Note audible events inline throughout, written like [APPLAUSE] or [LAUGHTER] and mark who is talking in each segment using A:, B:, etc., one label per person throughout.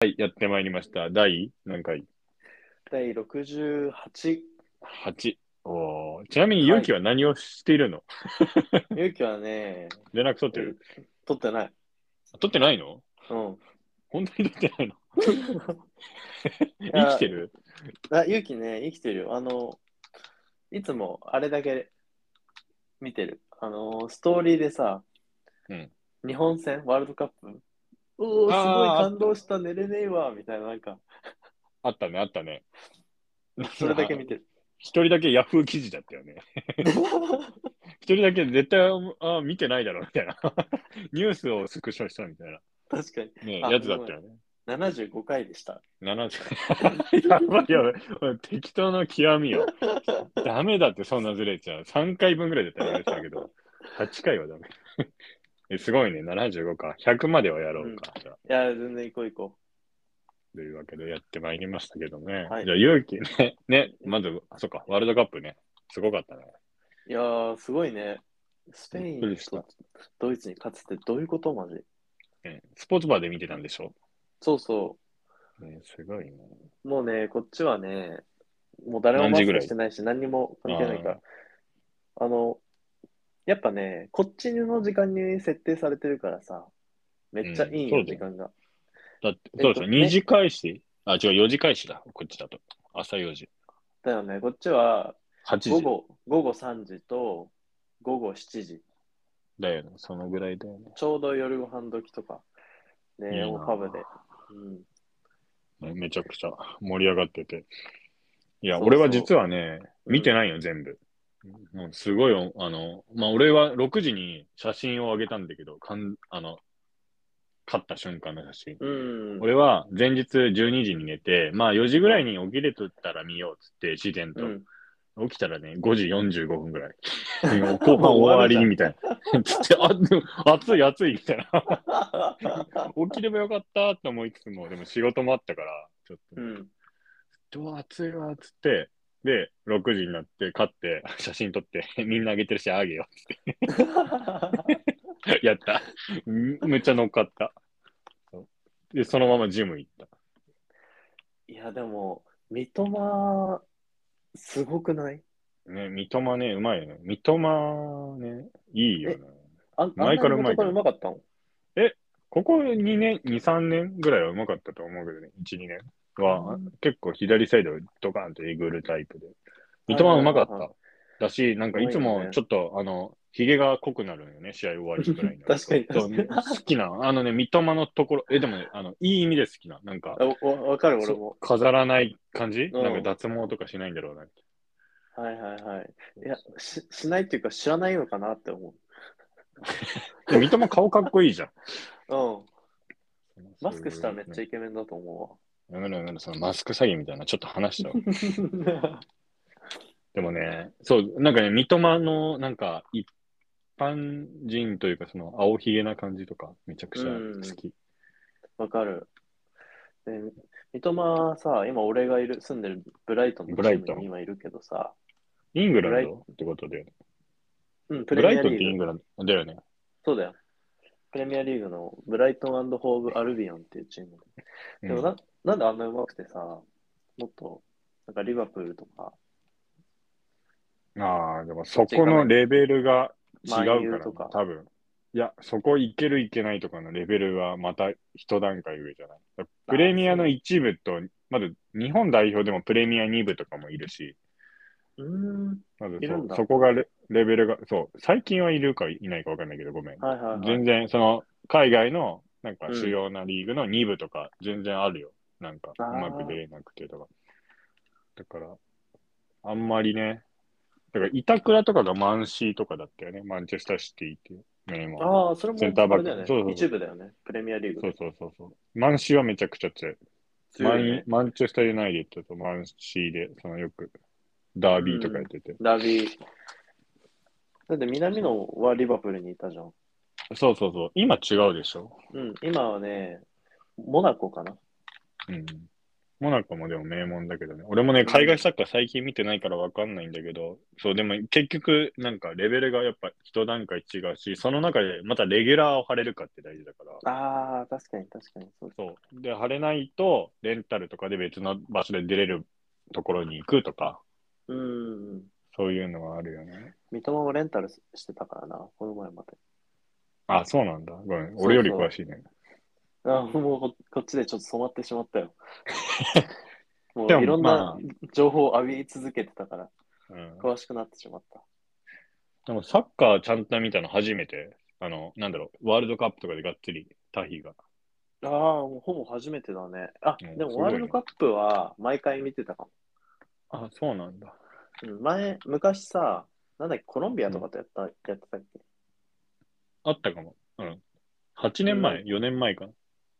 A: はい、やってまいりました。第何回
B: 第68
A: ?8。おーちなみに、ゆうきは何をしているの、
B: 勇気はね、
A: 連絡取ってる
B: 取ってない。
A: 取ってないの [LAUGHS]
B: うん。
A: 本当に取ってないの生きてる
B: あ、勇気ね、生きてるよ。あの、いつもあれだけ見てる。あの、ストーリーでさ、
A: うん
B: 日本戦、ワールドカップ、おお、すごい
A: あー
B: 感動した、寝れねえわ、みたいな、なんか、
A: あったね、あったね。
B: [LAUGHS] それだけ見 [LAUGHS] てる。
A: 一人だけヤフー記事だったよね。一人だけ絶対あ見てないだろうみたいな。 [LAUGHS] ニュースをスクショしたみたいな、
B: 確かに。
A: ね、
B: あ
A: やつだったよね。
B: 75回でした。
A: 70 [LAUGHS] やばいやばい。適当な極みよ。ダメだって、そんなずれちゃう。3回分ぐらいだったらやれてたけど、8回はダメ。 [LAUGHS] えすごいね、75か。100まではやろうか。じゃあ
B: いや、全然行こう行こ
A: というわけでやってまいりましたけどね。
B: はい
A: じゃあ、勇気ね。ね、まず、あ、そっか、ワールドカップね。すごかったね。
B: う。いやー、すごいね。スペイ
A: びっく
B: ン
A: りした
B: とドイツに勝つってどういうことマジ。
A: うんスポーツバーで見てたんでしょ、
B: そうそう。
A: ね、すごいね。
B: もうね、こっちはね、もう誰もマスクしてないし、何にも関係ないから。あの、やっぱね、こっちの時間に設定されてるからさ、めっちゃいい
A: う
B: よ、
A: んそうだ
B: 時
A: よ
B: 間が。
A: だって、
B: えっ
A: そ
B: と
A: うですよ、2時開始。あ、違う、4時開始だ。こっちだと。朝4時。
B: だよね、こっちは
A: 8時
B: 午後午後3時と午後7時、
A: だよね。そのぐらいだよね。
B: ちょうど夜ご飯時とか、
A: いい
B: ね、
A: な
B: おハブで。うん、
A: ねめちゃくちゃ盛り上がってて。いや、
B: そうそう
A: 俺は実はね、見てないよ、全部。もうすごいよ、あの、まあ、俺は6時に写真をあげたんだけど、かんあの、勝った瞬間の写真。
B: うん、
A: 俺は前日12時に寝て、まあ4時ぐらいに起きれとったら見ようっつって、自然と。
B: うん、
A: 起きたらね、5時45分ぐらい。後
B: [LAUGHS]
A: 半終わりみたいな。つって、あでも暑い暑いみたいな。 [LAUGHS] 起きればよかったって思いつつも、でも仕事もあったから、ちょっと [LAUGHS]
B: うん、
A: どうわ暑いわっつって、で、6時になって、勝って、 [LAUGHS] 写真撮って、みんなあげてるし、あげよう。 [LAUGHS] やった。んめっちゃ乗っかった。そうで、そのままジム行った。
B: いや、でも、三笘、すごくない
A: ね、三笘ね、うまいよね。三笘ね、いいよね。
B: あん
A: 前からうまいけど
B: あんなに元々うまかったの
A: ここ2年、2、3年ぐらいはうまかったと思うけどね、1、2年は、
B: うん
A: 結構左サイドをドカンとえぐるタイプで。三笘はうまかっ
B: はいはいは
A: た。だし、なんかいつ
B: すごいよ
A: も
B: ね
A: ちょっと、あの、ひげが濃くなるんよね、試合終わりぐらいになると
B: 確かに確かに
A: そう好きな、あのね、三笘のところ、え、でもね、あの、いい意味で好きな、なんか
B: あ、わわかる、俺
A: そ
B: も。
A: う飾らない感じ、
B: うん
A: なんか脱毛とかしないんだろうな。
B: はいはいはい。いや、ししないっていうか、知らないのかなって思
A: で三笘顔かっこいいじゃん。
B: う。うん。マスクしたらめっちゃイケメンだと思
A: やめろやめろ、そのマスク詐欺みたいな、ちょっと話したわ。
B: う [LAUGHS] わ。
A: でもね、そう、なんかね、三笘の、なんか、一般人というか、その、青ひげな感じとか、めちゃくちゃ好き。
B: わかる。で三笘さ、今俺がいる住んでるブライトンの
A: ブライトン
B: チームに今いるけどさ、
A: イングランドってことで、
B: うん、プ
A: ブラ
B: レミ
A: イ
B: ア
A: トンってイ
B: リー
A: ン
B: グ、
A: グランドだよね。
B: そうだよ。プレミアリーグのブライトンホーブ・アルビオンっていうチーム
A: う
B: でも
A: ん
B: な、なんであんな上手くてさ、もっと、なんかリバプールとか、
A: ああ、でもそこのレベルが違うか
B: マ
A: ら
B: ンユ
A: ね、
B: ーとか
A: 多分。いや、そこいけるいけないとかのレベルはまた一段階上じゃない。プレミアの一部と、まず日本代表でもプレミア二部とかもいるし、
B: うーん、
A: まず
B: いるん
A: そ
B: だ
A: そこがレレベルが、そう、最近はいるかいないかわかんないけど、ごめん。
B: はいはい、はい。
A: 全然、その、海外の、なんか
B: うん
A: 主要なリーグの2部とか、全然あるよ。なんか、う
B: あー
A: まく出れなくてとか。だから、あんまりね、だから、板倉とかがマンシーとかだったよね。マンチェスターシティっていう名門。
B: ああ、それも
A: センターバック
B: あれだよね。
A: そうそうそう
B: 一部だよね。プレミアリーグ
A: そう。そうそうそう。マンシーはめちゃくちゃ強い。マ
B: 強いよね
A: ンマンチェスターユナイテッドとマンシーで、そのよく、ダービーとかやってて。
B: ダービー。だって南野はリバプールにいたじゃん。
A: そうそうそう。今違うでしょ。
B: うん、今はね、モナコかな。
A: うん。モナコもでも名門だけどね。俺もね、海外サッカー最近見てないからわかんないんだけど、そう、でも結局、なんかレベルがやっぱ一段階違うし、その中でまたレギュラーを張れるかって大事だから。
B: ああ、確かに確かに。そう
A: そう。で、晴れないと、レンタルとかで別の場所で出れるところに行くとか、
B: うん。
A: そういうのはあるよね。
B: 三笘もレンタルしてたからな、この前まで。
A: あ、そうなんだ。ごめん。
B: そう
A: 俺より詳しいね。
B: あもうここっちでちょっと染まってしまった
A: [LAUGHS]
B: よ。もう
A: でも
B: いろん
A: ま
B: な
A: あ
B: 情報を浴び続けてたから、
A: うん。
B: 詳しくなってしまった。
A: でもサッカーちゃんと見たの初めて。あの、なんだろう、ワールドカップとかでがっつり、タヒが。
B: ああ、もうほぼ初めてだね。あ、
A: うん
B: でも
A: すごいね
B: ワールドカップは毎回見てたかも。
A: あ、そうなんだ。
B: うん、前、昔さ、なんだっけ、コロンビアとかとやった、やってたっけ
A: あったかも。うん。8年前、
B: う
A: 4年前かな。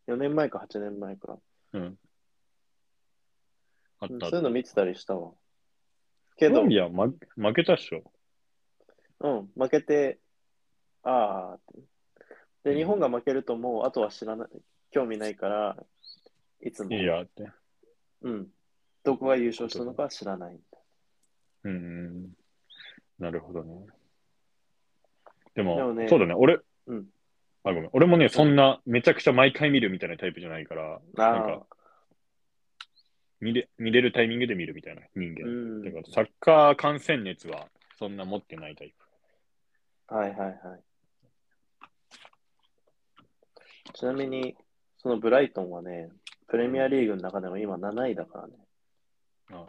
B: ?4 年前か8年前か。
A: うん。あっ
B: うん
A: たあ
B: そ
A: った
B: ういう。の見てたりしたわ。け
A: コロ
B: ど
A: ン、ビア負負けたっしょ。
B: うん、負けて、ああって。
A: う
B: で、
A: ん
B: 日本が負けるともう、あとは知らない、興味ないから、いつも、
A: いいやって。
B: うん、どこが優勝したのかは知らない。
A: うんうん。なるほどね。で
B: で
A: も、
B: もね
A: そうだね。俺、
B: うん
A: あ、ごめん。俺もね、そんな、めちゃくちゃ毎回見るみたいなタイプじゃないから、なん
B: あ
A: か、見れ見れるタイミングで見るみたいな人
B: ー
A: 間。
B: うん。
A: だからサッカー観戦熱はそんな持ってないタイ
B: はいはいはい。ちなみに、そのブライトンはね、プレミアリーグの中でも今7位だからね、
A: プ。ああ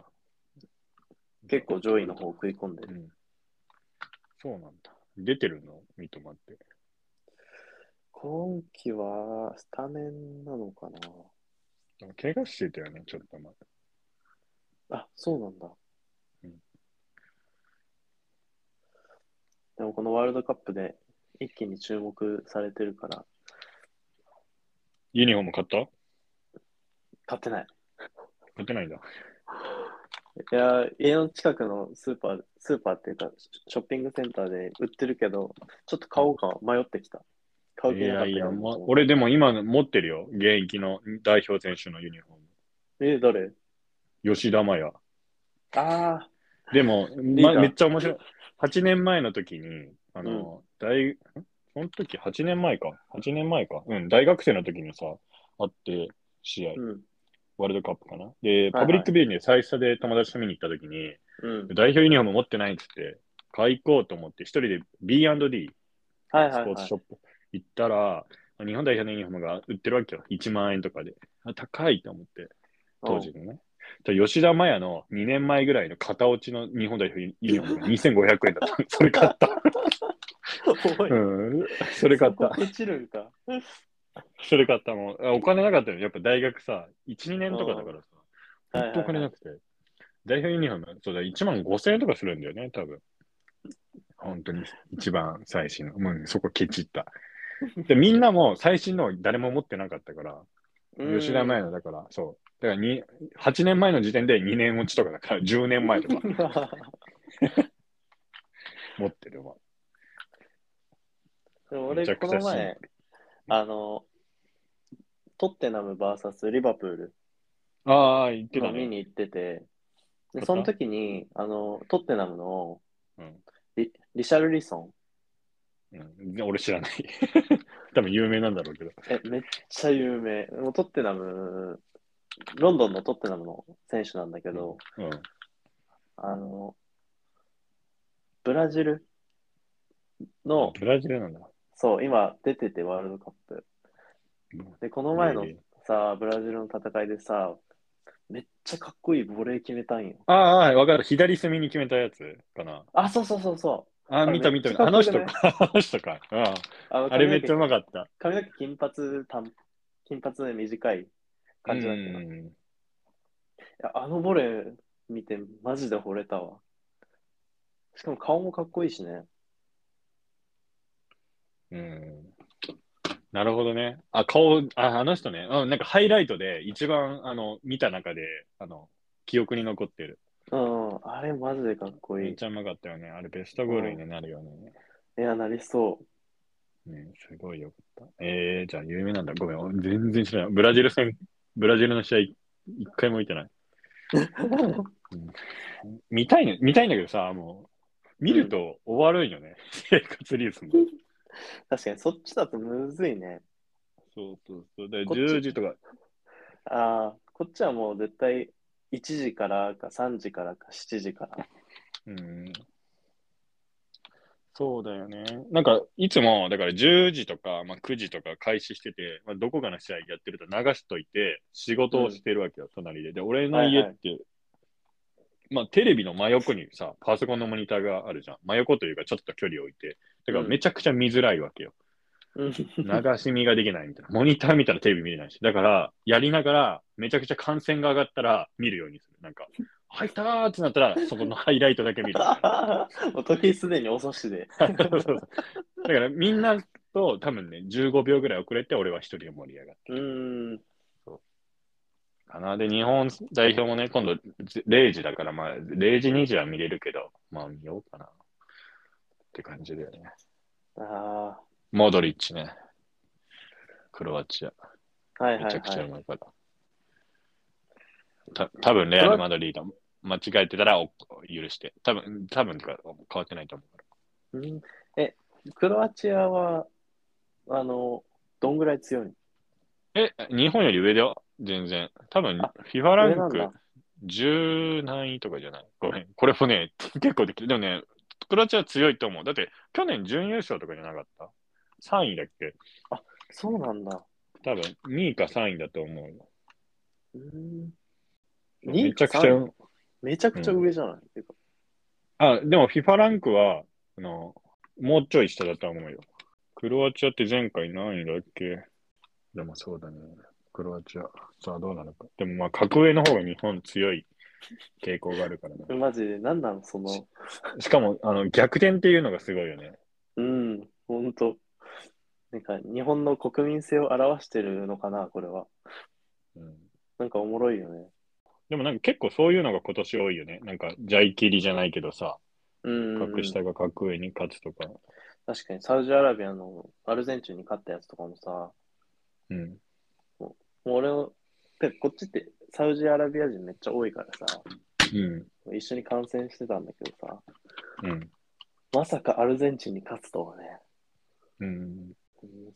B: 結構上位の方を食い込んで
A: う
B: る。
A: ん。そうなんだ。出てるの三笘って。
B: 今季はスタメンなのかな
A: でも怪我してたよね、ちょっと前。
B: あ、そうなんだ。
A: うん
B: でもこのワールドカップで一気に注目されてるから、
A: ユニフォーム買った
B: 買ってない。
A: 買ってないんだ。
B: いやー、家の近くのスーパー、スーパーっていうか、シショッピングセンターで売ってるけど、ちょっと買おうか迷ってきた。買う
A: い
B: 気なか
A: や
B: った
A: い
B: け
A: や、
B: ど
A: ま、俺でも今持ってるよ。現役の代表選手のユニフォー
B: え、誰
A: ム。吉田麻也。
B: あ
A: でも、
B: リーダ
A: ま、
B: ー
A: めっちゃ面白い。8年前の時に、あの、大、んその時8年前か。8年前か。うん、大学生の時にさ、あって、試合
B: あ、、うん、
A: ワールドカップかな。で、パブリックビューに最初で友達と見に行った時に、
B: うん。
A: 代表ユニフォーム持ってないっつって、買い行こうと思って、一人で B&D、
B: はい
A: ス
B: は
A: ポー
B: い
A: ツ
B: はい
A: シ。ョップ行ったら、日本代表のユニフォームが売ってるわけよ。1万円とかで。あ高いと思って、当時のね。じゃあ吉田麻也の2年前ぐらいの型落ちの日本代表ユニフォームが2500円だ
B: [LAUGHS]
A: った。それ買った。
B: うん。
A: う
B: おい
A: ん。それ買っ
B: そ
A: た
B: こ。落ちるんか。
A: それ買ったもん。あお金なかったよ。やっぱ大学さ、1、2年とかだからさ、
B: うん
A: 本当お金なくて。代表ユニフォーム、そうだ、1万5000円とかするんだよね、多分。本当に、一番最新の。もうねそこケチった。で、みんなも最新の誰も持ってなかったから、
B: [LAUGHS] うん
A: 吉田前の、だから、そう。だからに、8年前の時点で2年落ちとかだから、10年前とか持ってるわ。
B: でも
A: めちゃ
B: 俺、
A: く
B: こ
A: ちゃ
B: の前、あの、トッテナム VS リバプール
A: ああ、言って
B: 今
A: た
B: 見
A: ね。
B: に行ってて、
A: 買っ
B: で
A: た
B: その時にあのトッテナムの
A: うん
B: リリシャルリソ
A: うん、で俺知
B: [LAUGHS]
A: らない。多分有名なんだろうけど。
B: ン、えめっちゃ有名、もうトッテナム、ロンドンのトッテナムの選手なんだけど、
A: うん。
B: あのブラジルの、
A: ブラジルなんだ。
B: そう、今出てて、ワールドカップ
A: うん。
B: で、この前の
A: ええ
B: さ、ブラジルの戦いでさ、めっちゃかっこいいボレー決めたんよ。
A: ああああ、わかる。左隅に決めたやつかな。
B: あ、そうそうそうそ
A: ああ、見た見た見た。あ
B: あ
A: の
B: めっちゃ
A: 人か。あ [LAUGHS] の人か。あ
B: う。あの
A: あれめっちゃう
B: 髪の毛
A: まかった。
B: 髪の毛金髪短、金髪で短い感じだっけど、い
A: うん
B: やあのボレー見てマジで惚れたわ。しかも顔もかっこいいしね。
A: うん。なるほどね。あ、顔、ああの人ね。うん、なんかハイライトで一番あの見た中で、あの、記憶に残ってる。
B: うん、あれマジでかっこ
A: め
B: い
A: っ
B: い
A: ち。ゃうまかったよね。あれベストゴールになるよね。
B: いや、なりそう。 [LAUGHS]
A: ね、すごいよかった。えー、じゃあ有名なんだ。ごめん、全然知らない。ブラジル戦、ブラジルの試合一回も見てない。見たいね、見たいんだけどさ、もう、見ると終わるんよね、 [LAUGHS] 生活リズム。
B: 確かに、そっちだとむずいね。
A: そうそうそう。で、
B: こっち
A: 10時とか、
B: ああ、こっちはもう絶対1時からか3時からか7時から。
A: うんそうだよね。なんか、いつも、だから10時とか、まあ、9時とか開始してて、まあ、どこかの試合やってると流しといて、仕事をしてるわけよ、隣で。で、俺の家って、まあ、テレビの真横にさ、パソコンのモニターがあるじゃん。真横というか、ちょっと距離を置いて。だから、
B: うん
A: めちゃくちゃ見づらいわけよ。流し見ができないみたいな。モニター見たらテレビ見れないし。だから、やりながら、めちゃくちゃ感染が上がったら見るようにする。なんか、入ったーってなったら、そこのハイライトだけ見
B: [LAUGHS]
A: るみたいな。
B: もう時すでに遅しで。
A: そうそうだからみんなと多分ね、15秒ぐらい遅れて、俺は一人で盛り上がっ
B: うーん。
A: たかな。で、日本代表もね、今度ぜ0時だから、まあ、0時、2時は見れるけど、まあ見ようかな。って感じだよね。
B: あ
A: モドリッチね。クロアチア。
B: あ、はいはい、はい。
A: めちゃくちゃうまいから。た多分レアル・マドリード、間違えてたらお許して。多分多分か変わってないと思うか
B: うんえ、クロアチアは、あの、どんぐらい強いの
A: ら。え、日本より上だよ、全然。多分
B: あ
A: FIFA ラ
B: 上な
A: ン
B: ん
A: ク
B: だ。
A: 10何位とかじゃないごめん。これもね、 [LAUGHS] 結構できる。でもね、クロアチア強いと思う。だって、去年準優勝とかじゃなかった ?3 位だっけ
B: そうなんだ。
A: 多分、2位か3位だと思う。
B: うーん
A: めちゃくちゃ。
B: 2。めちゃくちゃ上じゃない、てか
A: あ、でも FIFA ランクは、あの、もうちょい下だと思うよ。クロアチアって前回何位だっけでもそうだね。クロアチア。さあどうなのか。でもまあ、格上の方が日本強い傾向があるからね。
B: マジで、なんなの、その、
A: しかも、あの、逆転っていうのがすごいよね。
B: うん、ほんと。なんか、日本の国民性を表してるのかな、これは。
A: うん
B: なんかおもろいよね。
A: でもなんか結構そういうのが今年多いよね。なんか、ジャイキリじゃないけどさ、
B: うん。
A: 格下が格上に勝つとか。
B: 確かに、サウジアラビアのアルゼンチンに勝ったやつとかもさ、も
A: うん。
B: う俺の、てかこっちってサウジアラビア人めっちゃ多いからさ、
A: う
B: 一緒に観戦してたんだけどさ、
A: ん。うん。
B: まさかアルゼンチンに勝つとはね、
A: うん。
B: うん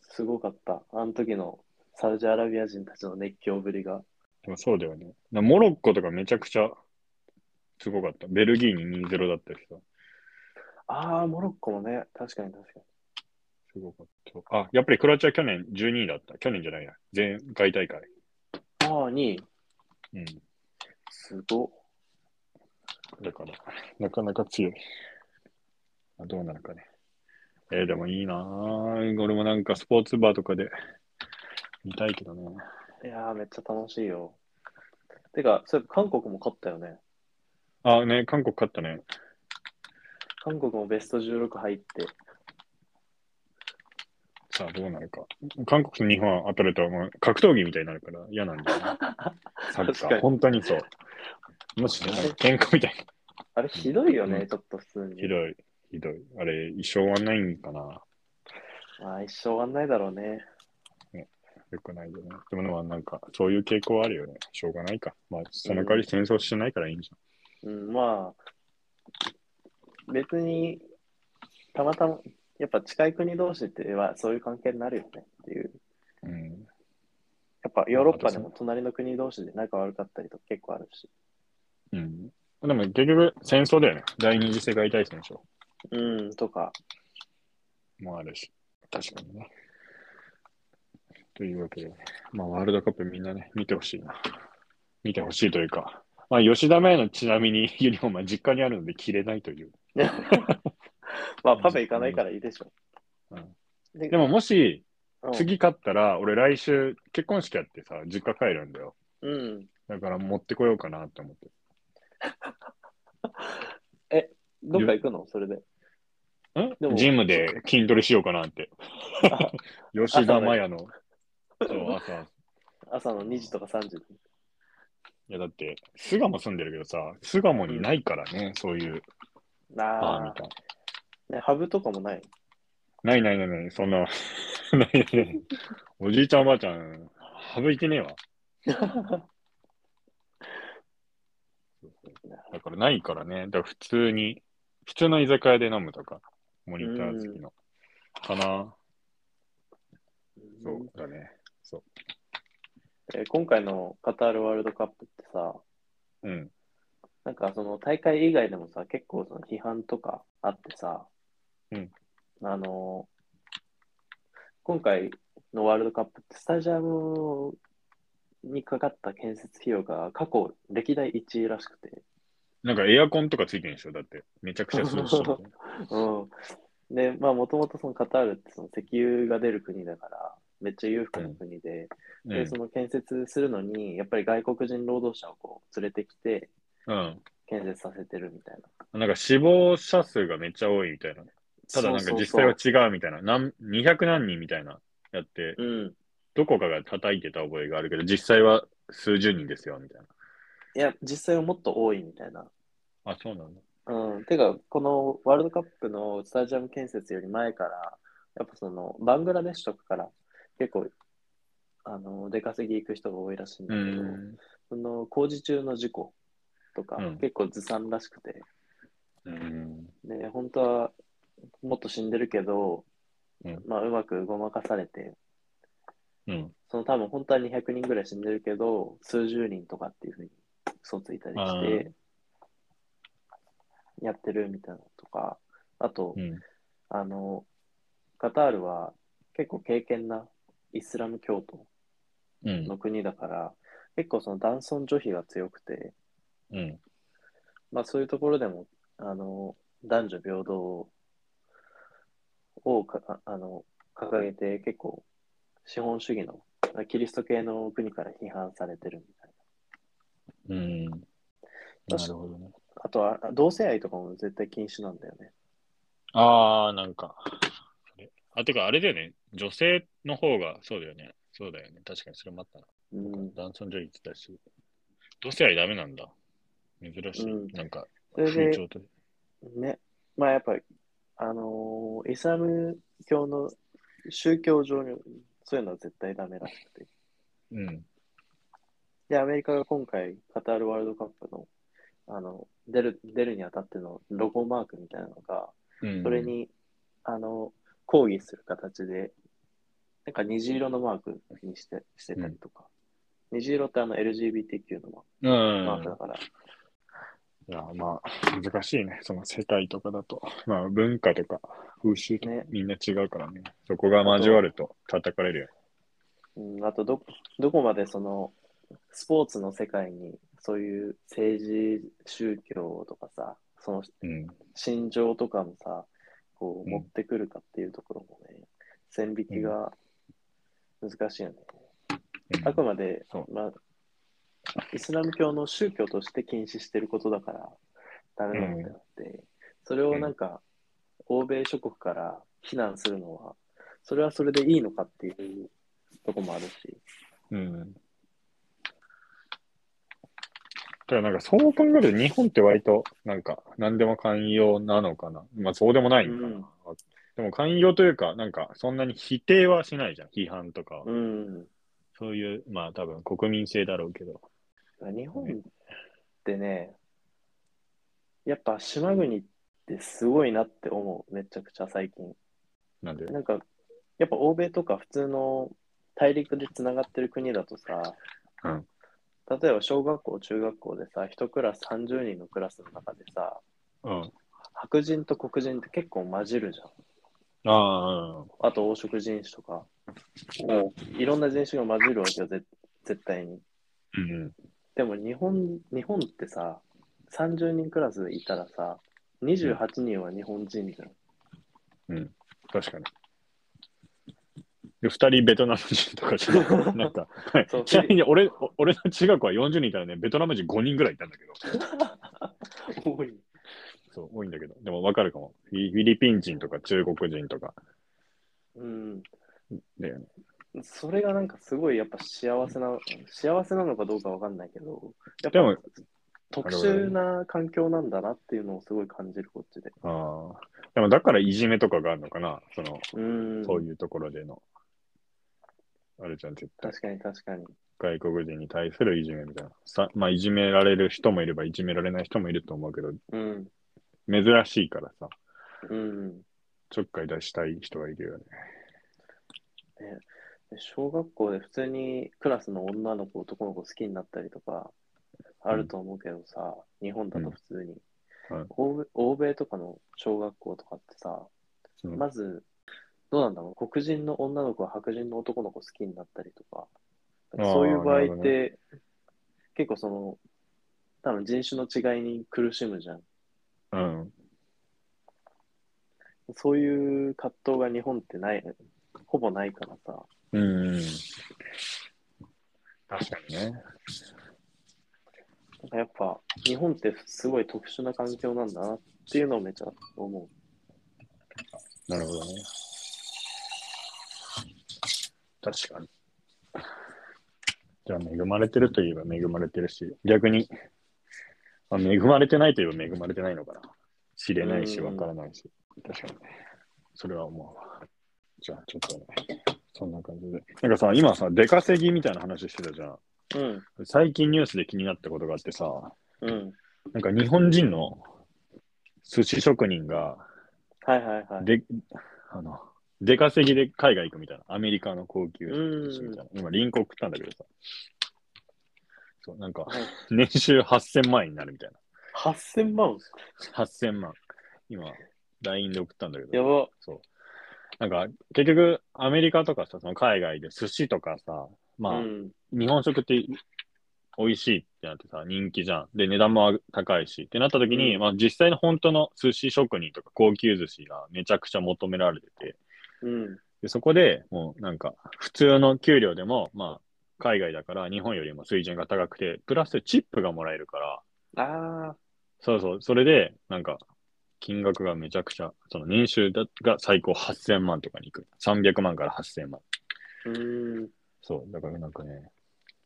B: すごかった。あの時のサウジアラビア人たちの熱狂ぶりが。
A: でもそうだよね。なモロッコとかめちゃくちゃすごかった。ベルギーに2-0だったしさ。
B: ああ、モロッコもね、確かに確か
A: すごかった。あ、やっぱりクロアチア去年12位だった。去年じゃないや。前回大会。
B: に。ああ、2位。
A: うん。
B: すごっ。
A: だから、なかなか強い。あどうなるかね。えーでもいいなぁ。俺もなんかスポーツバーとかで見たいけどね。
B: いやー、めっちゃ楽しいよ。てか、そういえば韓国も勝ったよね。
A: あ、ね、韓国勝ったね。
B: 韓国もベスト16入って。
A: さあ、どうなるか。韓国と日本は当たると、もう格闘技みたいになるから嫌なんだ
B: [LAUGHS]
A: よ、ね。サッ
B: 確
A: カ
B: か
A: ー。
B: に
A: 本当にそう。もし、ね、喧嘩みたい
B: あれ、ひどいよね、
A: うん
B: ちょっと普通
A: な。
B: に。
A: ひどい、ひどい。あれ、一生はないんかな。
B: まあ、一生終わんないだろうね。
A: よくないよね。でもでも、なんか、そういう傾向はあるよね。しょうがないか。まあ、その代わり戦争しないからいいんじ
B: うん、まあ、別に、たまたま、やっぱ近い国同士ってはそういう関係になるよねっていう。
A: ゃん。うん。
B: やっぱヨーロッパでも隣の国同士で仲悪かったりとか結構あるし。
A: うん。でも、結局、戦争だよね。第二次世界大戦でしょ。
B: うん、とか。
A: もあるし。確かにね。というわけで、まあ、ワールドカップみんなね、見てほしいな。見てほしいというか、まあ、吉田麻也のちなみに [LAUGHS] ユニフォームは実家にあるので着れないという。
B: まあ、パフェ行かないからいいでしょ。
A: うん
B: で
A: でも、もし、
B: うん、
A: 次勝ったら、俺来週結婚式やってさ、実家帰るんだよ。
B: うん。
A: だから持ってこようかなって思って。
B: どっか行くのそれで。で
A: ん
B: も
A: ジムで筋トレしようかなって。
B: あ
A: [LAUGHS] 吉田麻也の、そう、朝。
B: 朝の2時とか3時。
A: いや、だって、巣鴨住んでるけどさ、巣鴨にないからね、そういうバーみ
B: あ
A: たいな。
B: あ、ね、ハブとかもない。
A: ないないないない、そんな、 [LAUGHS] ないないない。おじいちゃんおばあちゃん、省いてねえわ。だからないからね。だから普通に、普通の居酒屋で飲むとか、モニター付きの。かな。そうだね。そう。
B: えー今回のカタールワールドカップってさ、
A: うん。
B: なんかその大会以外でもさ、結構その批判とかあってさ、
A: うん
B: あの今回のワールドカップってスタジアムにかかった建設費用が過去歴代1位らしくて、
A: なんかエアコンとかついてるんでしょだって、めちゃくちゃ涼しいみたいな。
B: うん。で、まあもともとそのカタールってその石油が出る国だから、めっちゃ裕福な国で、
A: う
B: で、その建設するのに、やっぱり外国人労働者をこう連れてきて、
A: ん。
B: 建設させてるみたいな。
A: うん。なんか死亡者数がめっちゃ多いみたいな。ただなんか実際は
B: そう
A: 違うみたいな。なん200何人みたいな。やって、
B: そうそううん。
A: どこかが叩いてた覚えがあるけど、実際は数十人ですよ、みたいな。
B: いや、実際はもっと多いみたいな。
A: あ、そうなんだ。
B: うん。てか、このワールドカップのスタジアム建設より前から、やっぱその、バングラデシュとかから結構、あの、出稼ぎ行く人が多いらしいんだ
A: う
B: けど、
A: ん。
B: その工事中の事故とか、
A: うん
B: 結構ずさんらしくて、
A: うん。
B: で、本当はもっと死んでるけど、
A: うん
B: まあ、うまくごまかされて、
A: うん。
B: その多分本当は200人ぐらい死んでるけど、数十人とかっていうふうに嘘ついたりして、やってるみたいなのとか、あと、
A: うん。
B: あの、カタールは結構敬虔なイスラム教徒
A: うん。
B: の国だから、結構その男尊女卑が強くて、
A: うん。
B: まあそういうところでも、あの、男女平等をかああの掲げて結構資本主義の、キリスト系の国から批判されてるみたい
A: うん。
B: な
A: なるほどね。
B: な。あとはあ同性愛とかも絶対禁止なんだよね。
A: ああ、なんか。あれあ、てかあれだよね。女性の方が、そうだよね。そうだよね。確かにそれもあったな。
B: うん。
A: 男尊女優って言ったし。同性愛ダメなんだ。珍しい。
B: うん
A: なんか、
B: それ
A: 風
B: で、
A: 潮と。
B: ね、まあやっぱり、あのーイスラム教の宗教上にそういうのは絶対ダメらしくて。
A: うん。
B: で、アメリカが今回、カタールワールドカップの、あの、出る、出るにあたってのロゴマークみたいなのが、
A: うん
B: それ。に、あの、抗議する形で、なんか虹色のマークにして、してたりとか。虹色ってあの LGBTQ の
A: うん。
B: マークだから、
A: いや、まあ、難しいね。その世界とかだと。まあ、文化とか、風習とか
B: ね、
A: みんな違うからね。そこが交わると叩かれるよ。
B: うん、あとど、どこまでその、スポーツの世界に、そういう政治、宗教とかさ、その
A: うん。
B: 心情とかもさ、こう
A: うん
B: 持ってくるかっていうところもね、線引きが難しいよね。あくまで
A: そ、
B: まあ、イスラム教の宗教として禁止してることだから、ダメなんだよって、それをなんか、欧米諸国から非難するのは、それはそれでいいのかっていうとこもあるし、
A: うん。ただなんかそう考えると日本って割となんか何でも寛容なのかな。まあそうでもないのかな。
B: うん
A: でも寛容というかなんかそんなに否定はしないじゃん。批判とかは。
B: うん。
A: そういうまあ多分国民性だろうけど。
B: 日本ってね、やっぱ島国ってすごいなって思う、めちゃくちゃ最近。
A: なんで。
B: なんか、やっぱ欧米とか普通の大陸でつながってる国だとさ、
A: うん
B: 例えば小学校、中学校でさ、一クラス30人のクラスの中でさ、
A: うん。
B: 白人と黒人って結構混じるじゃん。
A: ああ、うん
B: あと黄色人種とか。いろんな人種が混じるわけよ、ぜ絶対に。
A: うん。
B: でも日本、日本ってさ、30人クラスいたらさ、28人は日本人じゃん。
A: 確かに。で二人ベトナム人とかじゃない。なん
B: [LAUGHS]
A: か、はい
B: そう
A: ちなみに俺お俺の中学校は40人いたらね、ベトナム人5人ぐらいいたんだけど。
B: 多い。
A: そう、多いんだけど。でもわかるかも。フィフィリピン人とか中国人とか
B: うん。
A: だよね。
B: それがなんかすごいやっぱ幸せな、幸せなのかどうかわかんないけど、やっ
A: でも
B: ぱ特殊な環境なんだなっていうのをすごい感じる、こっちで。
A: ああ。でもだからいじめとかがあるのかな。その、
B: うん。
A: そういうところでの。あるじゃん、絶対。
B: 確かに確かに。
A: 外国人に対するいじめみたいな。さまあ、いじめられる人もいれば、いじめられない人もいると思うけど、
B: うん。
A: 珍しいからさ、
B: うん。
A: ちょっかい出したい人がいるよね。
B: で小学校で普通にクラスの女の子、男の子好きになったりとか、あると思うけどさ、日本だと普通に、
A: うんはい
B: 欧米。欧米とかの小学校とかってさ、
A: うん
B: まず、どうなんだろう、黒人の女の子は白人の男の子好きになったりとか、
A: あー
B: そういう場合
A: なる
B: っ
A: ほど
B: て、結構その、多分人種の違いに苦しむじゃん。
A: うん。
B: そういう葛藤が日本ってない、ほぼないからさ、
A: うん。確かにね。
B: なんかやっぱ日本ってすごい特殊な環境なんだなっていうのをめちゃ思
A: なるほどね。確かに。じゃあ、恵まれてるといえば恵まれてるし、逆に、あ恵まれてないといえば恵まれてないのかな。知れないし、
B: うん
A: わからないし。確かにね。それは思うわ。じゃあ、ちょっとね、そんな感じで。なんかさ、今さ、出稼ぎみたいな話してたじゃん。
B: う。うん、
A: 最近ニュースで気になったことがあってさ、
B: うん。
A: なんか日本人の寿司職人が、
B: はいはいはい。
A: で、あの、出稼ぎで海外行くみたいな。アメリカの高級寿司みたいな。今、リンク送ったんだけどさ。そう、なんか
B: はい、
A: 年収8000万円になるみたい
B: 8000万
A: な。8000万。今、LINE で送ったんだけ
B: や
A: ど。
B: ば。
A: そう。なんか、結局、アメリカとかさ、その海外で寿司とかさ、まあ、
B: うん、
A: 日本食って美味しいってなってさ、人気じゃん。で、値段も高いし。ってなった時に、
B: うん
A: まあ実際の本当の寿司職人とか高級寿司がめちゃくちゃ求められてて、
B: うん、
A: でそこでもうなんか普通の給料でも、まあ海外だから日本よりも水準が高くて、プラスチップがもらえるから、
B: あ
A: そうそう、それでなんか金額がめちゃくちゃ、その年収だが最高8000万とかに行く。300万から8000万。
B: ー、うん。
A: そう、だからなんかね、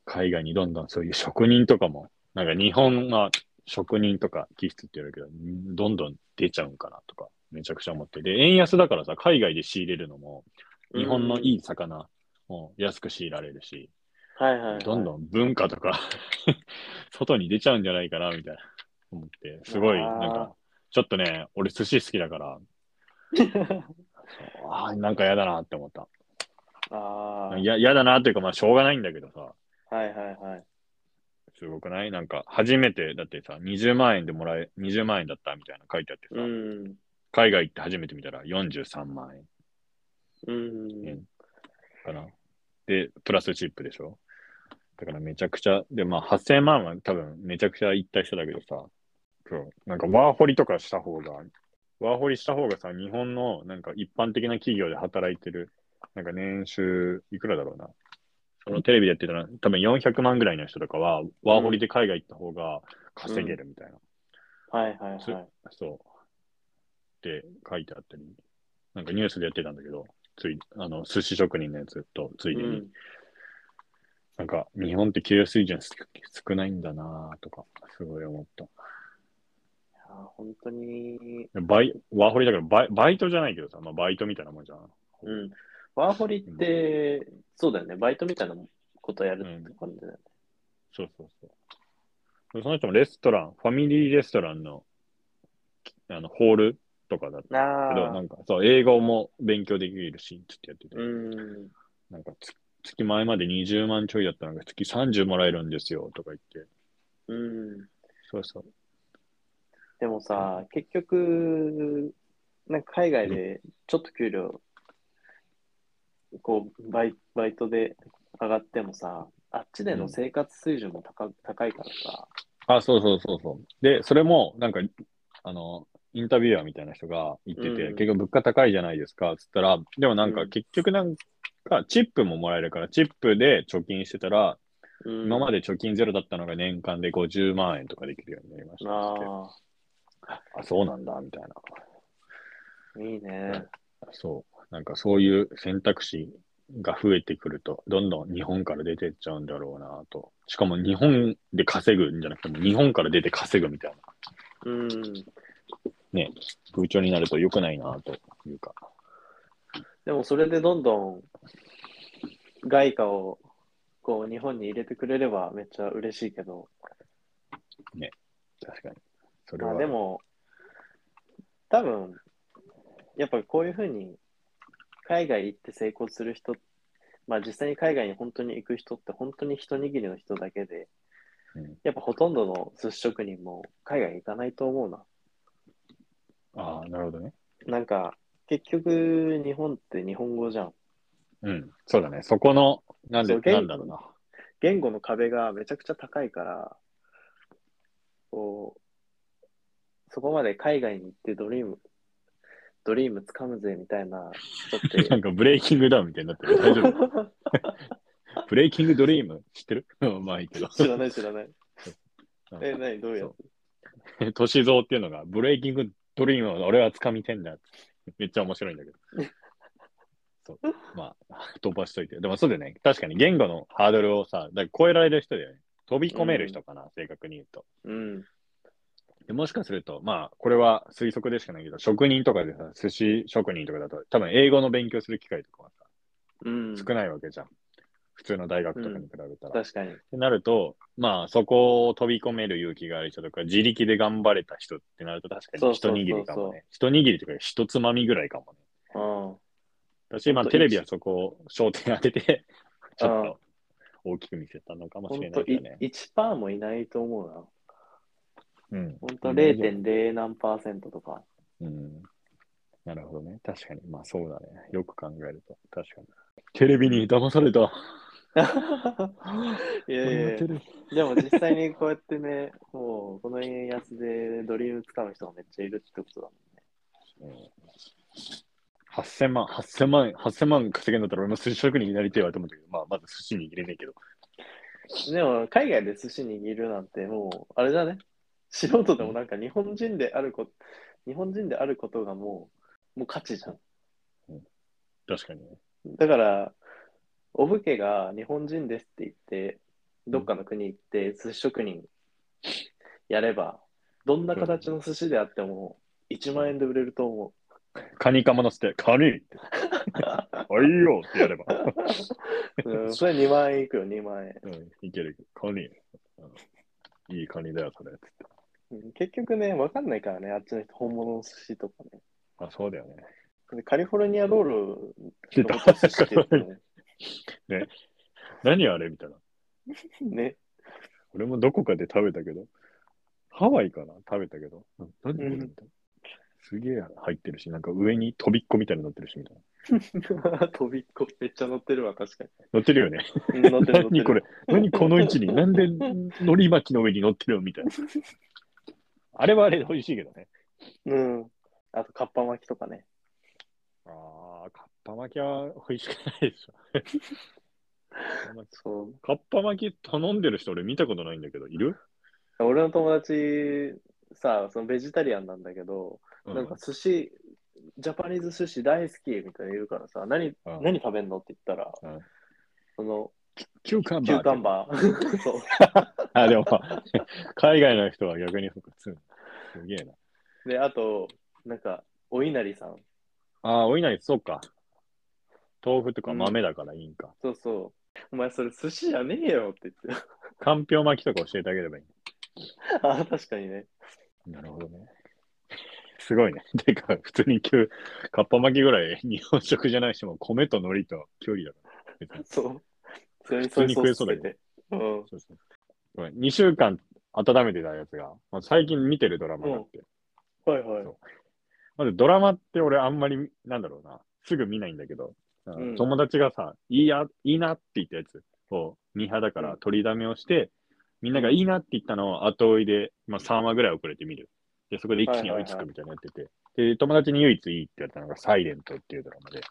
A: 海外にどんどんそういう職人とかも、なんか日本は職人とか気質って言われるけど、どんどん出ちゃうんかなとか、めちゃくちゃ思って。で、円安だからさ、海外で仕入れるのも、日本のいい魚も安く仕入れられるし、
B: はいはい、はい。
A: どんどん文化とか、 [LAUGHS] 外に出ちゃうんじゃないかな、みたいな思って、すごい、
B: あー
A: なんか、ちょっとね、俺寿司好きだ
B: [LAUGHS]
A: から、あーなんか嫌だなって思った。
B: ああ。
A: いや嫌だなっていうか、まあしょうがないんだけどさ、
B: はいはいはい。
A: すごくないなんか、初めて、だってさ、20万円でもらえ、20万円だったみたいな書いてあってさ、
B: うん、
A: 海外行って初めて見たら43万円
B: うん。
A: かな。で、プラスチップでしょだからめちゃくちゃ、で、まあ8000万は多分めちゃくちゃ行った人だけどさ、そう、なんかワーホリとかした方が、ワーホリした方がさ、日本のなんか一般的な企業で働いてる、なんか年収いくらだろうな。そのテレビでやってたら、多分400万ぐらいの人とかは、ワーホリで海外行った方が稼げるみたいな。
B: はいはいはい。
A: そう。って書いてあったり、なんかニュースでやってたんだけど、つい、あの、寿司職人のやつとつ
B: う
A: いでに、
B: ん、
A: なんか日本って給与水準す少ないんだなぁとか、すごい思った。
B: あー本当に、
A: バイ、ワーホリだからバイバイトじゃないけどさ、まあバイトみたいなもんじゃん。
B: うん。ワーホリって、そうだよね。バイトみたいなことやるって感じだよね。
A: そうそうそう。その人もレストラン、ファミリーレストランの、あの、ホールとかだったけど、
B: あ
A: な
B: あ。
A: んかそう、英語も勉強できるし、つってやってて。
B: うん。
A: なんかつ月前まで20万ちょいだったのが月30もらえるんですよとか言って。
B: うん。
A: そうそう。
B: でもさ、結局、なんか海外でちょっと給料、こうバイ、バイトで上がってもさ、あっちでの生活水準も高高いからさ、
A: あ、そうそうそうそう。で、それもなんか、あの、インタビュアーみたいな人が言ってて、
B: うん
A: 結局物価高いじゃないですか、つったら、でもなん
B: う
A: か
B: ん
A: 結局なんか、チップももらえるから、チップで貯金してたら、
B: うん、
A: 今まで貯金ゼロだったのが年間で50万円とかできるようになりましたっつって。
B: あ
A: あ、そうなんだ、みたいな。
B: あ、いいね。
A: そう。なんかそういう選択肢が増えてくると、どんどん日本から出てっちゃうんだろうなと。しかも日本で稼ぐんじゃなくても、日本から出て稼ぐみたいな
B: うん。
A: 風潮になると良くないなというか。
B: でもそれでどんどん外貨をここう、日本に入れてくれればめっちゃ嬉しいけど、
A: 確かに。それ
B: ま
A: は。
B: あでも、多分、やっぱこういうふうに、海外行って成功する人、まあ実際に海外に本当に行く人って本当に一握りの人だけで、
A: うん
B: やっぱほとんどの寿司職人も海外行かないと思うな。
A: ああ、なるほどね。
B: なんか、結局、日本って日本語じゃん。
A: うん。そうだね。そこの、なんで、
B: そう言
A: なんだろうな。 [LAUGHS]
B: 言語の壁がめちゃくちゃ高いから、こう、そこまで海外に行ってドリーム、ドリーム掴むぜみたいな人って
A: なんかブレイキングダウンみたいになってる。大丈夫ブレイキングドリーム知ってる [LAUGHS] まあいいけど。
B: [LAUGHS] 知らない知らない。
A: うん
B: え、何どういうや
A: そう [LAUGHS] 歳三っていうのが、ブレイキングドリームを俺は掴みてんだ。めっちゃ面白いんだけど。
B: [LAUGHS]
A: そう。まあ、飛ばしといて。でもそうだよね。確かに言語のハードルをさ、だから超えられる人だよね。飛び込める人かな、正確に言うと。
B: つうん。
A: でもしかすると、まあ、これは推測でしかないけど、職人とかでさ、寿司職人とかだと、多分英語の勉強する機会とかはさ、
B: うん。
A: 少ないわけじゃん。普通の大学とかに比べたら。
B: 確かに。
A: ってなると、まあ、そこを飛び込める勇気がある人とか、自力で頑張れた人ってなると、確か
B: そ
A: に
B: う
A: 一
B: そうそう
A: 握りかもね。一握りというか、一つまみぐらいかもね。
B: うん。
A: 私、まあ、
B: ほんと
A: テレビはそこを焦点当てて、ちょっ
B: うん
A: と大きく見せたのかもしれ
B: 本
A: な
B: 当
A: いよね。
B: 1%もいないと思うな。
A: うん。
B: 本当0.0何パーセント
A: [LAUGHS]
B: とか。
A: うん。なるほどね。確かに。まあ、そうだね。よく考えると。確かに。テレビに騙された。
B: いやいやいや
A: テレビ
B: でも実際にこうやってね、もうこの円安でドリーム使う人がめっちゃいるってことだもんね。
A: うん8000万、8000万、8000万稼げんだったら俺も寿司職人になりてえわと思ったけど、まあ、まず寿司握れねえけど。
B: でも、海外で寿司握るなんて、もう、あれだね。素人でもなんか日本人であること、日本人であることがもう、もう価値じゃん。
A: 確かにね。
B: だから、お武家が日本人ですって言って、どっかの国行って寿司職人やれば、どんな形の寿司であっても、1万円で売れると思
A: カニカマ乗せて、カニって。あ、いいよってやれば。
B: う。
A: [LAUGHS]
B: うん、それ2万円いくよ、2万円。
A: うん、いけるいける。カニ。うんいいカニだよ、それ。つって。
B: うん結局ね、わかんないからね、あっちの人、本物の寿司とかね。
A: あ、そうだよね。
B: でカリフォルニアロールの
A: 出た
B: ことを寿司って言っても
A: [LAUGHS] 何あれみたいな。
B: ね。 [LAUGHS] ね。
A: 俺もどこかで食べたけど、ハワイかな食べたけど。うん何これ
B: う
A: み
B: ん
A: たいな。すげえ入ってるし、なんか上に飛びっこみたいに乗ってるし、みたいな。
B: 飛びっこ、めっちゃ乗ってるわ、確か
A: 乗ってるよね。
B: に。うん乗ってる、乗って
A: [LAUGHS] 何
B: る。
A: これ何この位置になんで海苔巻きの上に乗ってるのみたいな。あれはあれで美味しいけどね。
B: うん。あと、かっぱ巻きとかね。
A: ああ、かっぱ巻きは美味しくないでしょ。
B: そう。
A: かっぱ巻き頼んでる人俺見たことないんだけど、いる、
B: 俺の友達、さ、そのベジタリアンなんだけど、
A: うん、
B: なんか寿司、ジャパニーズ寿司大好きみたいな言うからさ、何、
A: うん
B: 何食べんのって言ったら、
A: うん
B: その、
A: キューカンバ
B: キ
A: ー。
B: ューカンバー。 [LAUGHS] そう。
A: あ、でも、海外の人は逆に複数。すげえな。
B: で、あと、なんか、お稲荷さん。
A: ああ、お稲荷、そうか。豆腐とか豆だからいいんか。
B: そうそう。お前、それ寿司じゃねえよって言って。 [LAUGHS]
A: かんぴょう巻きとか教えてあげればい
B: ああ、確かにね。
A: い。なるほどね。すごいね。 [LAUGHS] てか、普通に急、かっぱ巻きぐらい日本食じゃないしも、米と海苔ときゅうりだから。別に
B: そう。それに
A: 普通に食えそうだ
B: ソイソースつけてうん。
A: そうそうごめん、2週間温めてたやつが、まあ、最近見てるドラマがあって、
B: はいはい
A: そう。まずドラマって俺あんまり、なんだろうな、すぐ見ないんだけど、
B: ん
A: 友達がさ、いいや、いいなって言ったやつを2波だか
B: う
A: ら
B: ん
A: 取りだめをして、みんながいいなって言ったのを後追いで、まあ、3話ぐらい遅れて見る。で、そこで一気に追いつくみたいなのやってて、で、友達に唯一いいって言ったのが、サイレントっていうドラマで、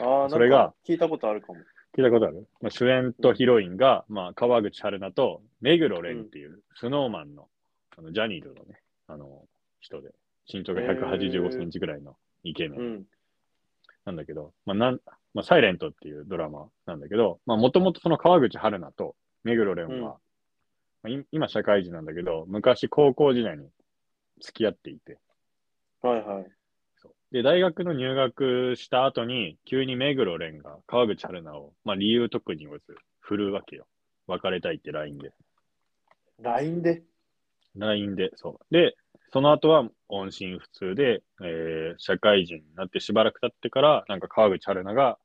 B: ああ、
A: そ
B: そ
A: れ
B: れ
A: が
B: が。聞いたことあるかも。
A: 聞いたことある、まあ、主演とヒロインが、まあ、川口春奈と目黒蓮っていう、スノーマンのあのジャニーズのね、あの人で、身長が185センチぐらいのイケメ
B: う
A: ン
B: ん。
A: なんだけど、まあなんまあ、サイレントっていうドラマなんだけど、もともとその川口春奈と目黒蓮は、
B: うん
A: まあい今社会人なんだけど、昔高校時代に付き合っていて、
B: はいはい。
A: そうで、大学の入学した後に、急に目黒蓮が川口春奈を、まあ、理由特に言わず振るわけよ。別れたいって LINE で。
B: LINE で。
A: LINE で、そう。で、その後は音信不通で、えー社会人になってしばらく経ってから、なんか川口春奈が、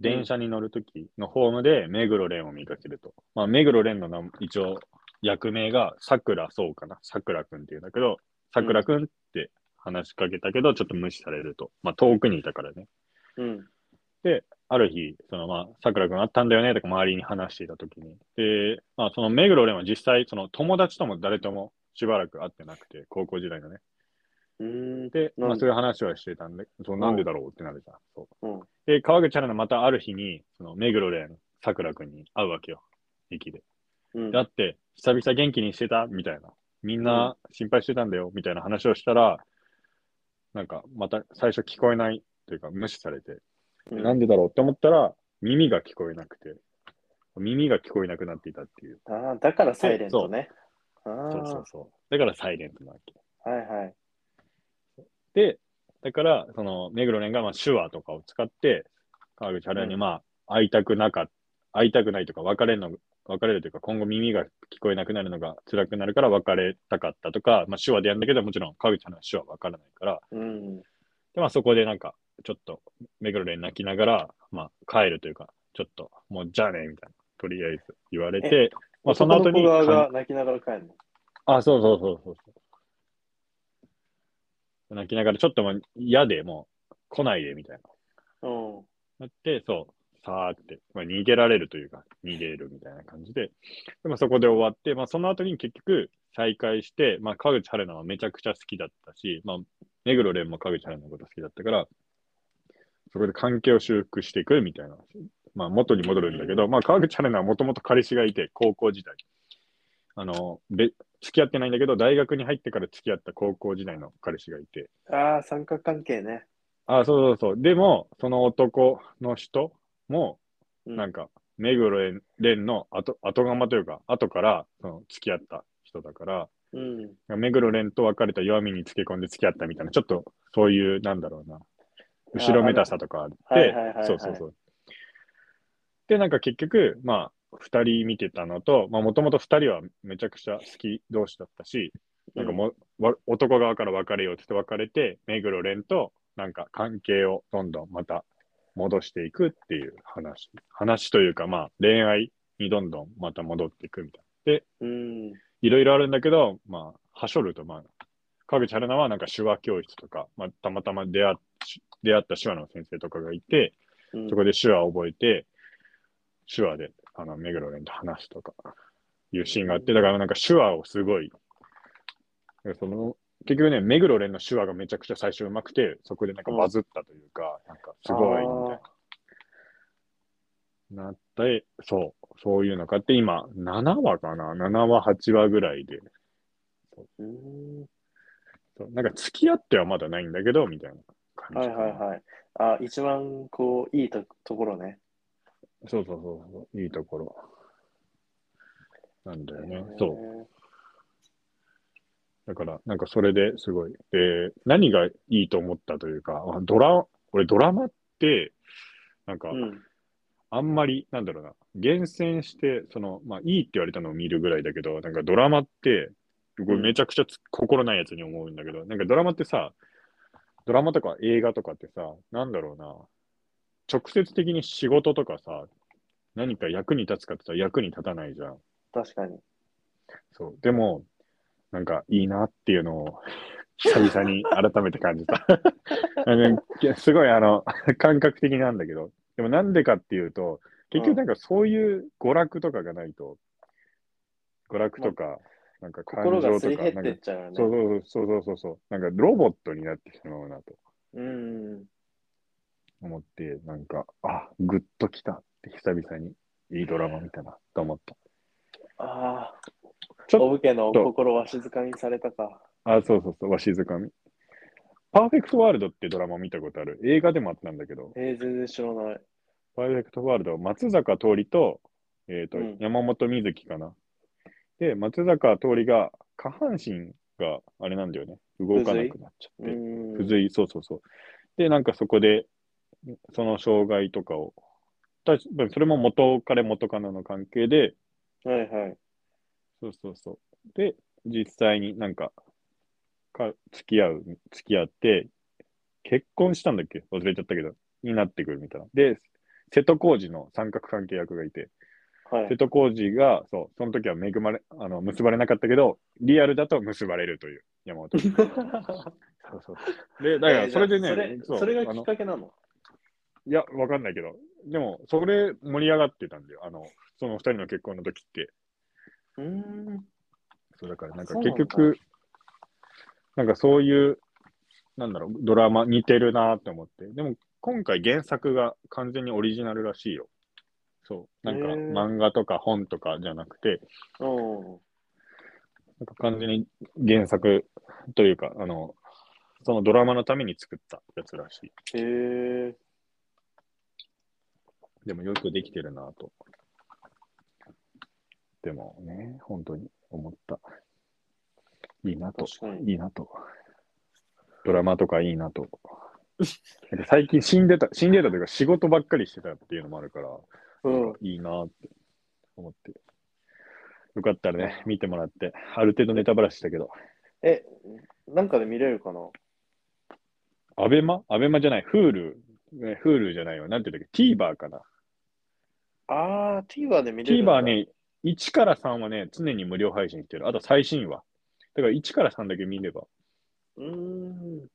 A: 電車に乗るときのホームで目黒蓮を見かけると。まあ、目黒蓮の名一応、役名が桜そうかな。桜くんっていうんだけど、桜くんって話しかけたけど、ちょっと無視されると。まあ、遠くにいたからね。
B: うん。
A: ある日、そのまあ、桜くんあったんだよねとか周りに話していたときに。で、まあ、その目黒蓮は実際、その友達とも誰ともしばらく会ってなくて、高校時代のね。
B: うーん。
A: で、ま
B: な
A: あ、
B: んで
A: そういう話はしてたんで、そう、なんでだろうってなるじゃん。そう。
B: うん。
A: で、川口春奈またある日に、その目黒蓮、桜くんに会うわけよ。駅で。
B: うん。
A: だって、久々元気にしてたみたいな。みんな心配してたんだよ、みたいな話をしたら、なんか、また最初聞こえないというか、無視されて、
B: うん
A: なんでだろうって思ったら、耳が聞こえなくて、耳が聞こえなくなっていたっていう。
B: ああ、だからサイレントね。ああ
A: そうそうそう。だからサイレントなわけ。
B: はいはい。
A: で、だから、その、目黒蓮がまあ手話とかを使って、川口春奈にまあ、会いたくなか、会いたくないとか、別れるの、別れるというか、今後耳が聞こえなくなるのが辛くなるから別れたかったとか、まあ手話でやるんだけど、もちろん川口春奈は手話わからないから、
B: うん。
A: で、まあそこでなんか、ちょっと、目黒蓮泣きながら、まあ帰るというか、ちょっと、もうじゃあね、みたいな、とりあえず言われて、まあその後に、
B: 男の子側が泣きながら帰るの。
A: あ、そうそうそうそうそう。泣きながら、ちょっともう嫌で、もう来ないで、みたいな。
B: うん。
A: なって、そう、さーって、まあ、逃げられるというか、逃げるみたいな感じで、でまあ、そこで終わって、まあ、その後に結局、再会して、まあ、川口春奈はめちゃくちゃ好きだったし、まあ、目黒蓮も川口春奈のこと好きだったから、そこで関係を修復していくみたいな、まあ、元に戻るんだけど、まあ、川口春奈はもともと彼氏がいて、高校時代。あの、べ付き合ってないんだけど、大学に入ってから付き合った高校時代の彼氏がいて、
B: ああ、三角関係ね。
A: あ、そうそうそう。でも、その男の人も、
B: うん
A: なんか、目黒蓮の後、後釜というか、後から、その、付き合った人だから、
B: うん。
A: 目黒蓮と別れた弱みにつけ込んで付き合ったみたいな、ちょっと、そういう、なんだろうな、後ろめたさとかあって、
B: ああのはいはいはいはい
A: そうそうそう。で、なんか結局、まあ、二人見てたのと、まあ、もともと二人はめちゃくちゃ好き同士だったし、なんかもう、わ男側から別れようって言って別れて、目黒蓮となんか関係をどんどんまた戻していくっていう話。話というかまあ恋愛にどんどんまた戻っていくみたいな。
B: うん。
A: いろいろあるんだけど、まあ、はしょるとまあ、川口春奈はなんか手話教室とか、まあ、たまたま出会っ出会った手話の先生とかがいて、
B: うん
A: そこで手話を覚えて、手話で、あの、目黒蓮と話すとか、いうシーンがあって、だからなんか手話をすごい、その、結局ね、目黒蓮の手話がめちゃくちゃ最初うまくて、そこでなんかバズったというか、なんかすごい、みたいな。なって、そう、そういうのがあって、今、7話かな ?7 話、8話ぐらいで、
B: うん
A: そうなんか付き合ってはまだないんだけど、みたいな感
B: は
A: じ
B: い
A: かな。
B: はいはい。あ一番こう、いいとところね。
A: そうそうそうそう、いいところ。なんだよね。そう。
B: そ
A: だから、なんかそれですごい。で、何がいいと思ったというか、あドラ、俺ドラマって、なんか
B: う、ん。
A: あんまり、なんだろうな、厳選して、その、まあ、いいって言われたのを見るぐらいだけど、なんかドラマって、これめちゃくちゃつ心ないやつに思うんだけど、なんかドラマってさ、ドラマとか映画とかってさ、なんだろうな、直接的に仕事とかさ、何か役に立つかって言ったら役に立たないじゃん。
B: 確かに。
A: そう。でも、なんかいいなっていうのを [LAUGHS] 久々に改めて感じた。 [LAUGHS] あのいやすごいあの、感覚的なんだけど。でもなんでかっていうと、結局なんかそういう娯楽とかがないと、娯楽とか、なんか感
B: 心が
A: 情
B: す
A: と
B: り
A: か、
B: 減
A: な
B: っ
A: ん
B: てっ
A: か
B: ちゃうよね。
A: そうそうそうそうそうそう、なんかロボットになってしまうなと
B: うん。
A: 思って、なんか、あ、グッときたって久々にいいドラマ見たなと思った。
B: ああ。
A: ちょっと
B: お武家の心は静かにされたか。
A: あ、そうそうそう、わしづかみ。パーフェクトワールドってドラマ見たことある。映画でもあったんだけど、
B: えー、全然知らない。
A: パーフェクトワールドは松坂桃李と、えっ、と、
B: うん
A: 山本瑞希かな。で、松坂桃李が、下半身があれなんだよね。動かなくなっちゃって。
B: うん。
A: 不随、そうそうそう。で、なんかそこで、その障害とかをたしそれも元彼元カノの関係で、
B: はいはい。
A: そうそうそう。で、実際になんか、か付き合う、付き合って、結婚したんだっけ忘れちゃったけど、になってくるみたいな。で、瀬戸康史の三角関係役がいて、
B: はい
A: 瀬。戸康史が、そう、その時は恵まれ、あの、結ばれなかったけど、リアルだと結ばれるという、山
B: [LAUGHS]
A: 本。そうそう。で、だから、それでね、
B: えーじゃあそれ、
A: う
B: それが
A: あ
B: き
A: の
B: っかけなの。
A: いや、わかんないけど、でも、それ盛り上がってたんだよ、あの、その二人の結婚の時って。
B: うーん。
A: そうだから、なんか
B: そうなん
A: 結
B: だ
A: 局、なんかそういう、なんだろう、ドラマ似てるなって思って。でも、今回原作が完全にオリジナルらしいよ。そう。なんか
B: へー
A: 漫画とか本とかじゃなくて、
B: うん。
A: なんか完全に原作というか、あの、そのドラマのために作ったやつらしい。
B: へえ。
A: でもよくできてるなと。でもね、本当に思った。いいなと。
B: 確かに。
A: いいなと。ドラマとかいいなと。なんか最近死んでた、死んでたというか仕事ばっかりしてたっていうのもあるから、
B: うん。
A: いいなって思って。よかったらね、見てもらって。ある程度ネタバラシしたけど。
B: え、なんかで見れるかな
A: アベマアベマじゃない。フール。ね、フールじゃないわ。なんていうんだっけ ?TVer かな。
B: あー、TVer で見れるんだ。
A: TVer ね、1から3はね、常に無料配信してる。あと最新話。だから1から3だけ見れば。
B: うーん。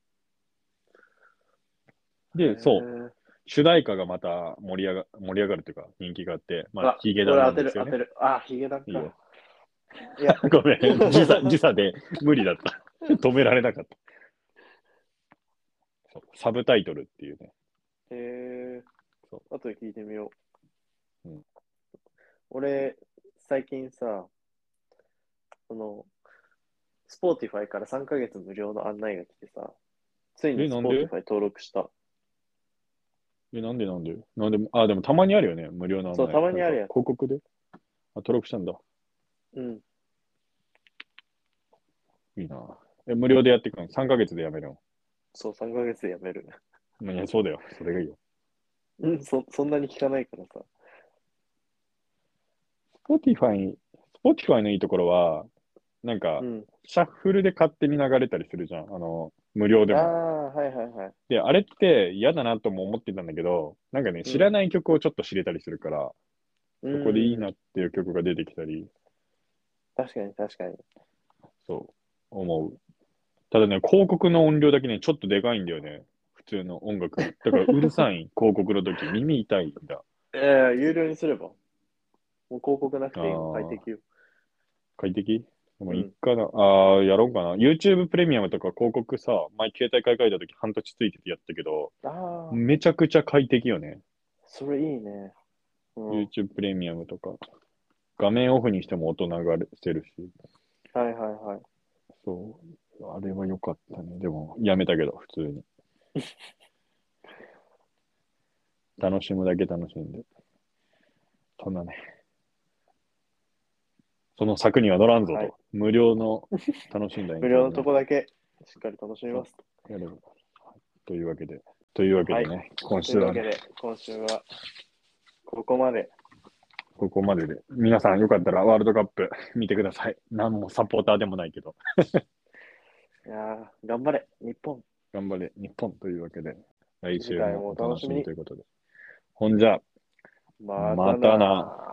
A: で、そう、
B: う。
A: 主題歌がまた盛り上が盛り上がるというか、人気があって、ま
B: あ
A: あ、、ヒゲダン
B: 俺
A: な
B: 当
A: ん
B: て
A: で
B: る
A: す
B: 当
A: よ
B: て
A: ね。
B: る。あ、ヒゲダンか。
A: いいよ
B: いや、
A: ごめん、時差時差で無理だ
B: [LAUGHS]
A: った。止められなかった。そうサブタイトルっていうね。
B: へえ
A: そ
B: 後で聞いてみよう。
A: うん
B: 俺、最近さ、その、スポーティファイから3ヶ月無料の案内が来てさ、ついに
A: え
B: ス
A: な
B: ポ
A: ん
B: ー
A: で
B: ティファイ登録した。
A: え、なんでなんでなんであ、でもたまにあるよね、無料の案内。
B: そうたまにあるや
A: な
B: つ
A: んか広告で。あ、登録したんだ。
B: うん。
A: いいな。え、無料でやっていくの ?3 ヶ月でやめる
B: そう、3ヶ月でやめる。 [LAUGHS]
A: の。いや、そうだよ。それがいいよ。
B: うん、そそんなに聞かないからさ。
A: Spotify、Spotify のいいところは、なんか
B: う、ん。
A: シャッフルで勝手に流れたりするじゃん。あの、無料で
B: ああ
A: も。
B: ー、はいはいはい。
A: で、あれって嫌だなとも思ってたんだけど、なんかね、知らない曲をちょっと知れたりするから、
B: う
A: そ
B: ん
A: こでいいなっていう曲が出てきたり、
B: 確かに確かに。
A: そう、思う。ただね、広告の音量だけね、ちょっとでかいんだよね。普通の音楽。だから、うるさ
B: [LAUGHS]
A: い、広告の時、耳痛いんだ。
B: ええ有料にすれば。もう広告なくていいの快適よ。
A: 快適でも
B: うん
A: いっかな。ああ、やろうかな。YouTube プレミアムとか広告さ、前携帯買い替えた時半年ついててやったけど、
B: ああ、
A: めちゃくちゃ快適よね。
B: それいいね。うん。
A: YouTube プレミアムとか、画面オフにしても音流せるし、
B: はいはいはい。
A: そう、あれは良かったね。でも、やめたけど、普通
B: [LAUGHS]
A: に。楽しむだけ楽しんで。そんなね。その策には乗らんぞと。
B: はい
A: 無料の楽しんだ
B: [LAUGHS]
A: 演奏
B: 無料のとこだけしっかり楽しみます。
A: やればというわけで、というわけでね、今
B: とい
A: 週
B: うわ
A: は
B: け
A: ね
B: で、今週はここまで。
A: ここまでで、皆さんよかったらワールドカップ見てください。何もサポーターでもないけど。
B: いやー頑張れ、日本。
A: 頑張れ、日本というわけで、来週
B: 次回
A: も
B: も
A: お
B: お
A: 楽
B: 楽し
A: しみ
B: みに
A: ということで。ほんじゃ、
B: またな。
A: またな